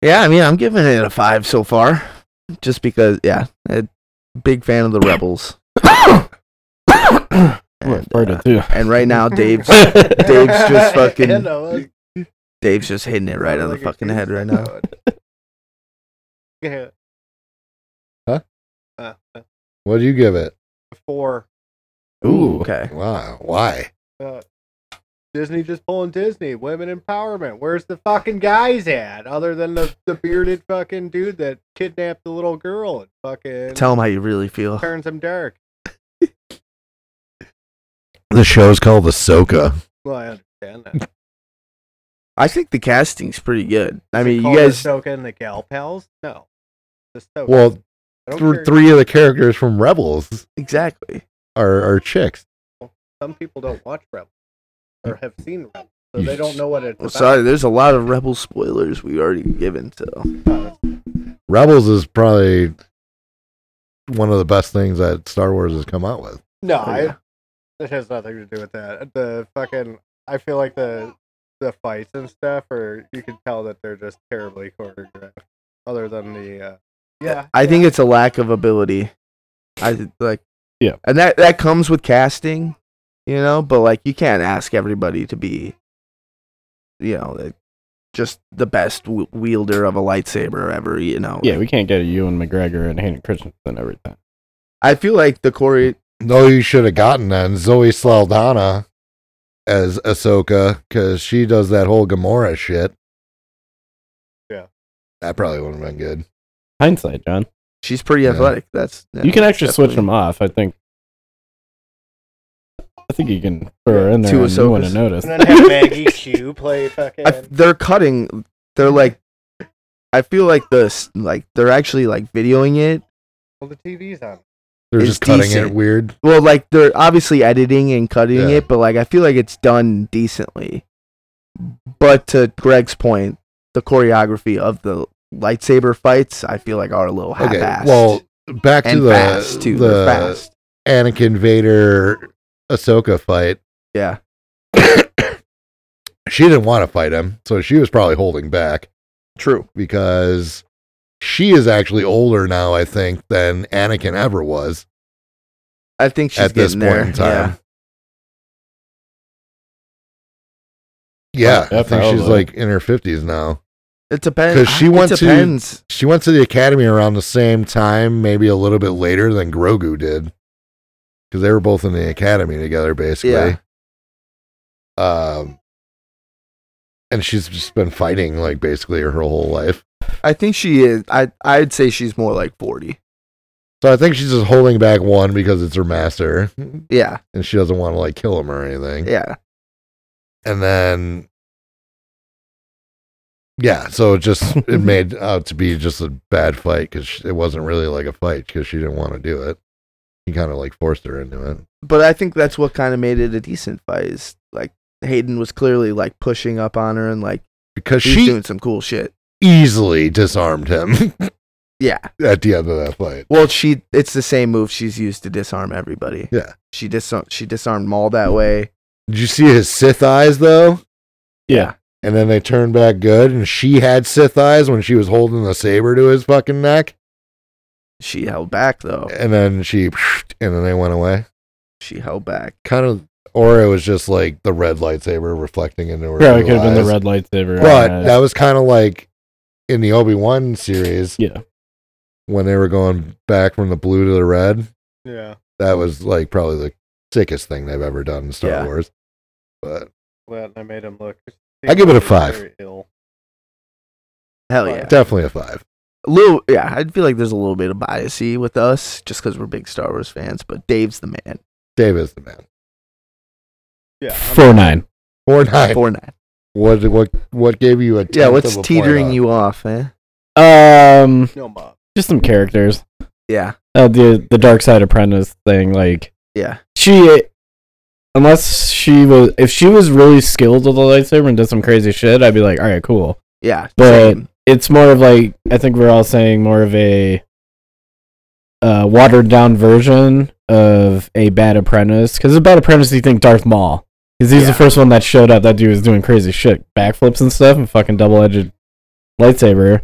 S2: Yeah, I mean, I'm giving it a five so far, just because. Yeah, a big fan of the Rebels.
S4: We're
S2: and,
S4: farted
S2: uh,
S4: too.
S2: and right now, Dave's
S3: Dave's
S2: just fucking- Dave's just hitting it right on the fucking head right now.
S3: yeah.
S1: Huh?
S3: Uh, uh,
S1: What do you give it?
S3: four.
S4: Ooh.
S2: okay.
S1: Wow. Why?
S3: Uh, Disney just pulling Disney. Women empowerment. Where's the fucking guys at? Other than the, the bearded fucking dude that kidnapped the little girl and fucking
S2: Tell him how you really feel.
S3: turns him dark.
S1: The show's called Ahsoka.
S3: Well, I understand that.
S2: I think the casting's pretty good. I
S3: Is it
S2: mean, you
S3: called
S2: guys.
S3: Ahsoka and the Gal Pals? No. Ahsoka.
S1: Well,
S3: I don't
S1: th-
S3: care.
S1: three of the characters from Rebels
S2: Exactly.
S1: are, are chicks.
S3: Some people don't watch Rebels or have seen Rebels, so they don't know what it's
S2: Well,
S3: about.
S2: sorry, there's a lot of Rebel spoilers we already given, so.
S3: Uh,
S1: Rebels is probably one of the best things that Star Wars has come out with.
S3: No,
S2: Oh,
S3: I,
S2: yeah.
S3: it has nothing to do with that. The fucking, I feel like the the fights and stuff, or you can tell that they're just terribly choreographed. Other than the, uh, yeah,
S2: I think it's a lack of ability. I th- like
S4: Yeah.
S2: and that that comes with casting, you know. But like, you can't ask everybody to be, you know, like, just the best w- wielder of a lightsaber ever. You know.
S4: Yeah, we can't get a Ewan McGregor and Hayden Christensen every time.
S2: I feel like the Corey.
S1: No, you should have gotten then Zoe Saldana as Ahsoka because she does that whole Gamora shit.
S3: Yeah.
S1: That probably would have been good.
S4: Hindsight, John.
S2: She's pretty
S1: Yeah.
S2: athletic. That's
S4: you can actually switch them
S2: definitely-
S4: off. I think. I think you can throw her in there.
S2: Two
S4: and you want to
S2: Ahsokas.
S4: notice.
S3: And then have Maggie Q play fucking.
S2: I f- they're cutting. They're like. I feel like this. Like they're actually like videoing it.
S3: well, the TV's on.
S1: They're
S2: It's
S1: just cutting
S2: decent.
S1: it weird.
S2: Well, like they're obviously editing and cutting
S1: Yeah.
S2: it, but like I feel like it's done decently. But to Greg's point, the choreography of the lightsaber fights, I feel like are a little half-assed.
S1: Okay. Well, back to
S2: and
S1: the
S2: fast too.
S1: the
S2: They're fast.
S1: Anakin Vader Ahsoka fight.
S2: Yeah,
S1: She didn't want to fight him, so she was probably holding back
S2: true.
S1: because she is actually older now, I think, than Anakin ever was
S2: I think she's
S1: at this
S2: getting
S1: point
S2: there.
S1: in time. Yeah,
S4: Oh, yeah,
S1: I think she's
S4: probably.
S1: like in her 50s now.
S2: Yeah. It depends.
S1: 'Cause she
S2: it
S1: went to-
S2: depends.
S1: She went to the academy around the same time, maybe a little bit later than Grogu did, because they were both in the academy together, basically.
S2: Yeah.
S1: Um, and she's just been fighting like basically her whole life.
S2: I think she is. I I'd say she's more like forty.
S1: So I think she's just holding back one because it's her master,
S2: Yeah,
S1: and she doesn't want to like kill him or anything.
S2: yeah.
S1: and then yeah, so it just it made out to be just a bad fight because it wasn't really like a fight because she didn't want to do it. He kind of like forced her into it.
S2: But I think that's what kind of made it a decent fight. Is like Hayden was clearly like pushing up on her and like
S1: because
S2: he's
S1: she
S2: doing some cool shit.
S1: easily disarmed him
S2: Yeah.
S1: at the end of that fight.
S2: Well, she it's the same move she's used to disarm everybody.
S1: Yeah.
S2: She dis she disarmed Maul that way.
S1: Did you see his Sith eyes though?
S4: Yeah.
S1: And then they turned back good, and she had Sith eyes when she was holding the saber to his fucking neck,
S2: She held back though.
S1: and then she and then they went away.
S2: She held back.
S1: Kind of, or it was just like the red lightsaber reflecting into her.
S4: Probably
S1: blue
S4: could have been
S1: eyes.
S4: the red lightsaber.
S1: But
S4: Uh,
S1: that was kind of like in the Obi Wan series
S4: yeah,
S1: when they were going back from the blue to the red.
S3: Yeah.
S1: That was like probably the sickest thing they've ever done in Star
S2: Yeah.
S1: Wars. But
S3: Well, I made him look.
S1: I give it a five.
S3: Very ill.
S2: Hell yeah.
S1: definitely a five.
S2: A little yeah, I feel like there's a little bit of biasy with us just cuz we're big Star Wars fans, but Dave's the man.
S1: Dave is the man.
S3: Yeah. I'm-
S4: four nine.
S1: Four nine.
S2: Four nine.
S1: What what what gave you a
S2: Yeah,
S1: tenth
S2: what's
S1: of a
S2: teetering
S1: point
S2: you off, eh?
S4: Um,
S3: No mob.
S4: just some characters.
S2: Yeah.
S4: Uh, the the dark side apprentice thing, like
S2: Yeah.
S4: she, unless she was, if she was really skilled with the lightsaber and did some crazy shit, I'd be like, all right, cool.
S2: Yeah.
S4: But-
S2: same.
S4: It's more of like I think we're all saying more of a uh, watered down version of a bad apprentice because a bad apprentice you think Darth Maul because he's
S2: Yeah.
S4: the first one that showed up. That dude was doing crazy shit, backflips and stuff, and fucking double edged lightsaber.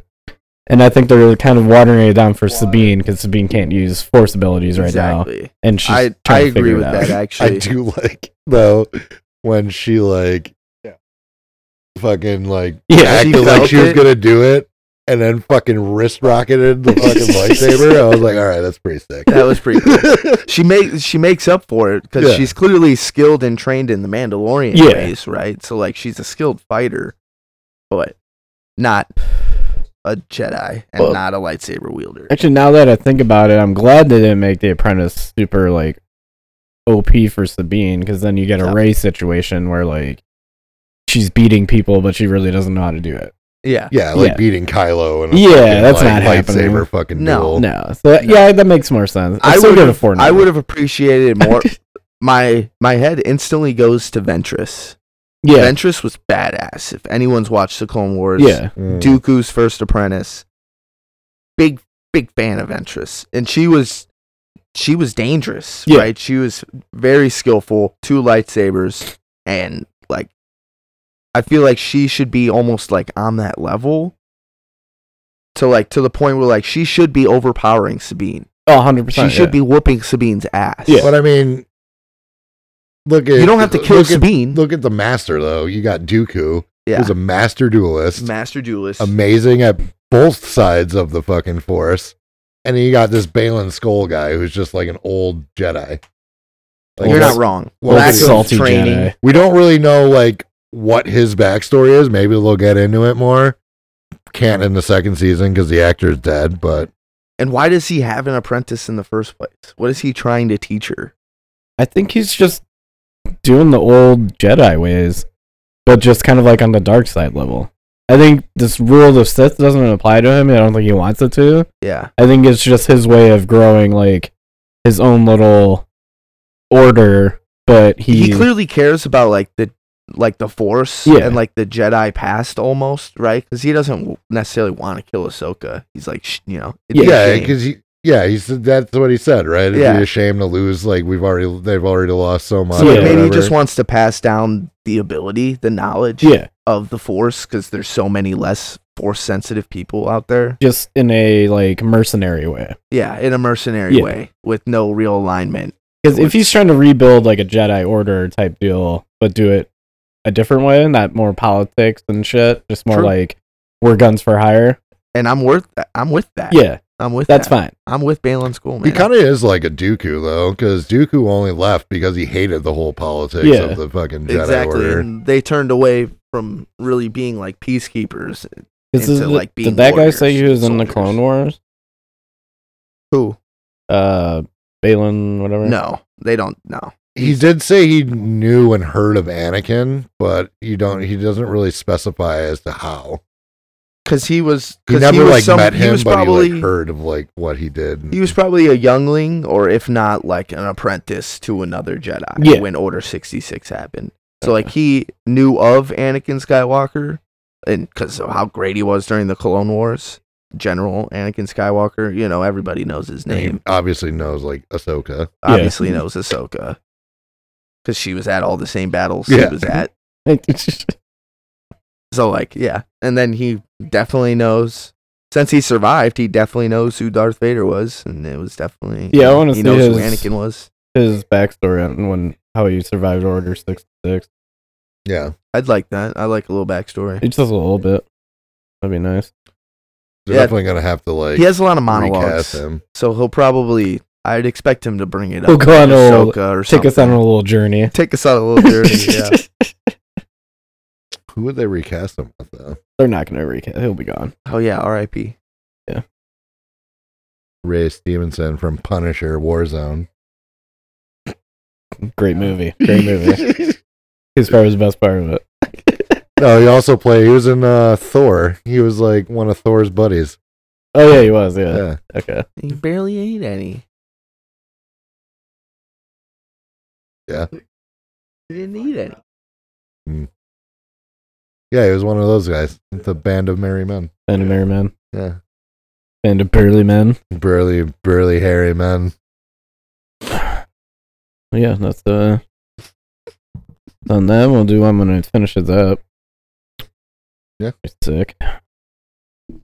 S4: And I think they're kind of watering it down for Sabine because Sabine can't use force abilities right now,
S2: exactly.
S4: and she's
S2: I I
S4: trying to
S2: agree
S4: figure
S2: with
S4: it out.
S2: that
S1: I
S2: actually.
S1: do like though when she like
S3: Yeah.
S1: fucking like
S4: Yeah,
S2: She
S1: acted like
S2: felt
S1: she was
S2: it.
S1: gonna do it and then fucking wrist rocketed the fucking lightsaber. I was like, all right, that's pretty sick.
S2: That was pretty cool. She makes she makes up for it because
S1: Yeah.
S2: she's clearly skilled and trained in the Mandalorian
S4: Yeah.
S2: ways, right? So like she's a skilled fighter, but not a Jedi and
S4: Well-
S2: not a lightsaber wielder.
S4: Actually, now that I think about it, I'm glad they didn't make the apprentice super like OP for Sabine because then you get a
S2: Yeah.
S4: Ray situation where like she's beating people but she really doesn't know how to do it.
S2: Yeah,
S1: Yeah, like
S4: Yeah.
S1: beating Kylo and
S4: Yeah, that's
S1: like,
S4: not happening.
S1: lightsaber fucking
S2: No.
S1: duel.
S4: No, so that- yeah, that makes more sense. I,
S2: I
S4: still
S2: would
S4: give it a
S2: have-
S4: four.
S2: I would have appreciated it more. my my head instantly goes to Ventress.
S4: Yeah,
S2: Ventress was badass. If anyone's watched the Clone Wars,
S4: yeah,
S1: Mm.
S2: Dooku's first apprentice. Big big fan of Ventress, and she was she was dangerous,
S4: Yeah.
S2: right? She was very skillful, two lightsabers, and like I feel like she should be almost like on that level. To like to the point where like she should be overpowering Sabine.
S4: oh, 100
S2: She
S4: percent.
S2: should be whooping Sabine's ass.
S4: Yeah.
S1: But I mean, look at
S2: You don't have to kill
S1: look at,
S2: Sabine.
S1: look at the master though. You got Dooku,
S2: yeah.
S1: who's a master duelist,
S2: Master duelist.
S1: amazing at both sides of the fucking force, and then you got this Balin Skull guy who's just like an old Jedi. Like, what-
S2: You're not wrong.
S1: Well,
S2: Lack
S1: it's
S2: of
S4: salty
S2: training.
S4: Jedi.
S1: we don't really know like what his backstory is. Maybe they'll get into it more. Can't in the second season because the actor's dead, but
S2: And why does he have an apprentice in the first place? What is he trying to teach her?
S4: I think he's just doing the old Jedi ways, but just kind of like on the dark side level. I think this rule of Sith doesn't apply to him. and I don't think he wants it to.
S2: Yeah.
S4: I think it's just his way of growing like his own little order, but he,
S2: he clearly cares about like the like the force
S4: Yeah.
S2: and like the Jedi past almost right because he doesn't w- necessarily want to kill Ahsoka. He's like, sh- you know, it'd be a
S1: yeah,
S2: shame.
S1: because he. Yeah, he said that's what he said, right? It'd
S2: Yeah.
S1: be a shame to lose. Like we've already, they've already lost so much.
S4: Yeah.
S2: So,
S1: or
S2: like, maybe he
S1: whatever.
S2: just wants to pass down the ability, the knowledge
S4: yeah,
S2: of the force because there's so many less force sensitive people out there.
S4: just in a like mercenary way.
S2: Yeah, in a mercenary
S4: Yeah.
S2: way with no real alignment.
S4: Because if he's trying to rebuild like a Jedi Order type deal, but do it a different way, not more politics and shit, just more
S2: True.
S4: like we're guns for hire.
S2: And I'm worth. I'm with that.
S4: Yeah,
S2: I'm with.
S4: that's
S2: that.
S4: fine.
S2: I'm with Balin School,
S1: He
S2: man.
S1: kind of is like a Dooku though, because Dooku only left because he hated the whole politics
S4: Yeah.
S1: of the fucking Jedi
S2: exactly.
S1: Order.
S2: And they turned away from really being like peacekeepers.
S4: 'Cause
S2: Into,
S4: is it-
S2: like, being
S4: did that guy say
S2: warriors
S4: he was
S2: and
S4: in
S2: soldiers.
S4: the Clone Wars?
S2: Who?
S4: Uh, Balin, whatever.
S2: No, they don't. No,
S1: he did say he knew and heard of Anakin, but you don't. He doesn't really specify as to how.
S2: because he was
S1: He
S2: 'cause
S1: never
S2: was
S1: like
S2: some-
S1: met
S2: he
S1: him,
S2: was
S1: but
S2: probably
S1: he like heard of like what he did.
S2: he was probably a youngling or if not like an apprentice to another Jedi
S4: Yeah.
S2: when Order 66 happened. So like he knew of Anakin Skywalker and cuz of how great he was during the Clone Wars. General Anakin Skywalker, you know, everybody knows his
S1: And he
S2: name.
S1: obviously knows like Ahsoka.
S4: Yeah.
S2: Obviously knows Ahsoka. Cuz she was at all the same battles
S1: Yeah.
S2: he was at.
S4: yeah,
S2: So like, yeah. And then he definitely knows since he survived, he definitely knows who Darth Vader was and it was definitely
S4: I want to
S2: he
S4: see
S2: knows
S4: his,
S2: who Anakin was.
S4: his backstory on when how he survived Order Six Six.
S1: Yeah,
S2: I'd like that. I like a little backstory.
S4: Just a little bit. That'd be nice.
S1: they're
S2: Yeah.
S1: definitely gonna have to like
S2: he has a lot of
S1: recast
S2: monologues,
S1: him.
S2: so he'll probably. I'd expect him to bring it up.
S4: He'll go on a little-
S2: Ahsoka or
S4: Take us on
S2: something.
S4: a little journey.
S2: Take us on a little journey. yeah.
S1: Who would they recast him with though?
S4: They're not gonna recap. He'll be gone.
S2: Oh yeah. R.I.P.
S1: Ray Stevenson from Punisher Warzone.
S4: Great movie. Great movie. His part was the best part of it.
S1: no, he also played. He was in uh, Thor. He was like one of Thor's buddies.
S4: Oh yeah, he was. Yeah.
S1: Yeah,
S4: Okay.
S2: He barely ate any.
S1: Yeah.
S2: He didn't eat any.
S1: yeah, he was one of those guys. The Band of Merry Men.
S4: Band of merry men.
S1: Yeah.
S4: Band of burly men.
S1: burly, burly, hairy man.
S4: Yeah, that's uh. On that, we'll do. I'm gonna finish it up.
S1: Yeah.
S4: You're sick. Oh,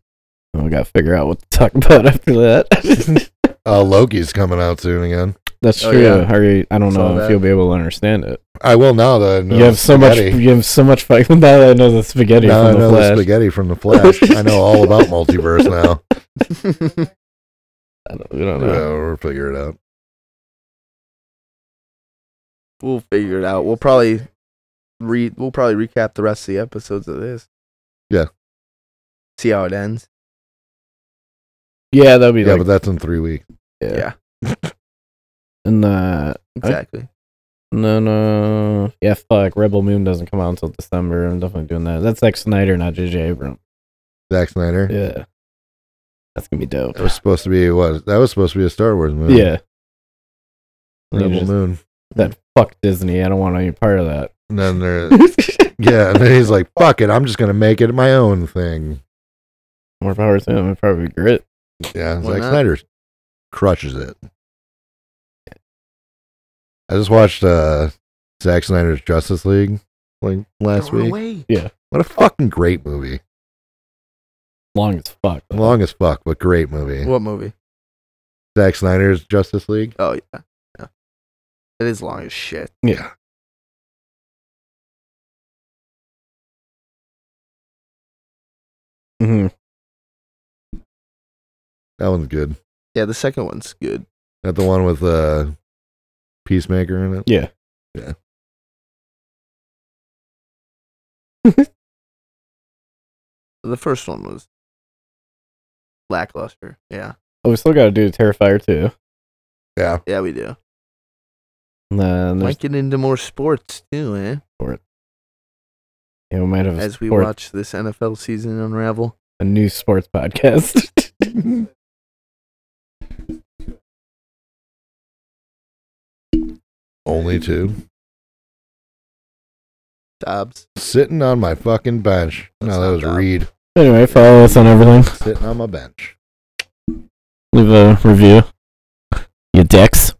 S4: we gotta figure out what to talk about after that.
S1: Uh, Loki's coming out soon again.
S4: that's
S2: Oh,
S4: true.
S2: yeah.
S4: Are you, I don't
S2: Saw
S4: know if
S2: that.
S4: you'll be able to understand it.
S1: I will now that I know
S4: you have so much.
S1: spaghetti.
S4: You have so much. Fucking, now that I know the spaghetti
S1: Now I
S4: from the
S1: know the
S4: flash.
S1: spaghetti from the Flash. I know all about multiverse now.
S4: I don't, we don't know.
S1: Yeah, we'll figure it out.
S2: we'll figure it out. We'll probably read. We'll probably recap the rest of the episodes of this.
S1: Yeah.
S2: See how it ends.
S4: Yeah, that'd be
S1: Yeah,
S4: like.
S1: but that's in three weeks.
S4: yeah.
S2: yeah.
S4: And uh,
S2: Exactly.
S4: no, no. Yeah, fuck. Rebel Moon doesn't come out until December. I'm definitely doing that. That's like Snyder, not J.J. Abrams.
S1: Zack Snyder.
S4: Yeah. That's gonna be dope.
S1: That was supposed to be what? That was supposed to be a Star Wars movie.
S4: Yeah.
S1: Rebel
S4: Just-
S1: Moon.
S4: That fuck Disney. I don't want any part of that.
S1: And then there, yeah. And then he's like, "Fuck it, I'm just gonna make it my own thing."
S4: More power to him. It'd probably be great.
S1: Yeah,
S2: Why
S1: Zack
S2: not?
S1: Snyder crushes it. I just watched uh Zack Snyder's Justice League like last
S2: Throw it
S1: week.
S2: away.
S1: What a fucking great movie.
S4: Long as fuck.
S1: Long as fuck, but great movie.
S2: What movie?
S1: Zack Snyder's Justice League.
S2: Oh yeah, yeah. It is long as shit.
S4: Yeah. hmm
S1: That one's good. Is
S2: Yeah, the second one's good.
S1: That the one with uh Peacemaker in it.
S4: Yeah.
S1: Yeah.
S2: The first one was lackluster. Yeah,
S4: Oh, we still gotta do Terrifier too.
S1: Yeah.
S2: yeah, we do.
S4: And then there's
S2: Might get into more sports too, eh?
S4: yeah, we might have a,
S2: As we
S4: sport-
S2: watch this NFL season unravel.
S4: a new sports podcast.
S1: Only two.
S2: Dobbs.
S1: Sitting on my fucking bench.
S2: That's
S1: no, that
S2: not
S1: was
S2: bad.
S1: Reed.
S4: anyway, follow us on everything.
S1: Sitting on my bench.
S4: Leave a review. You dicks.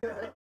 S3: That's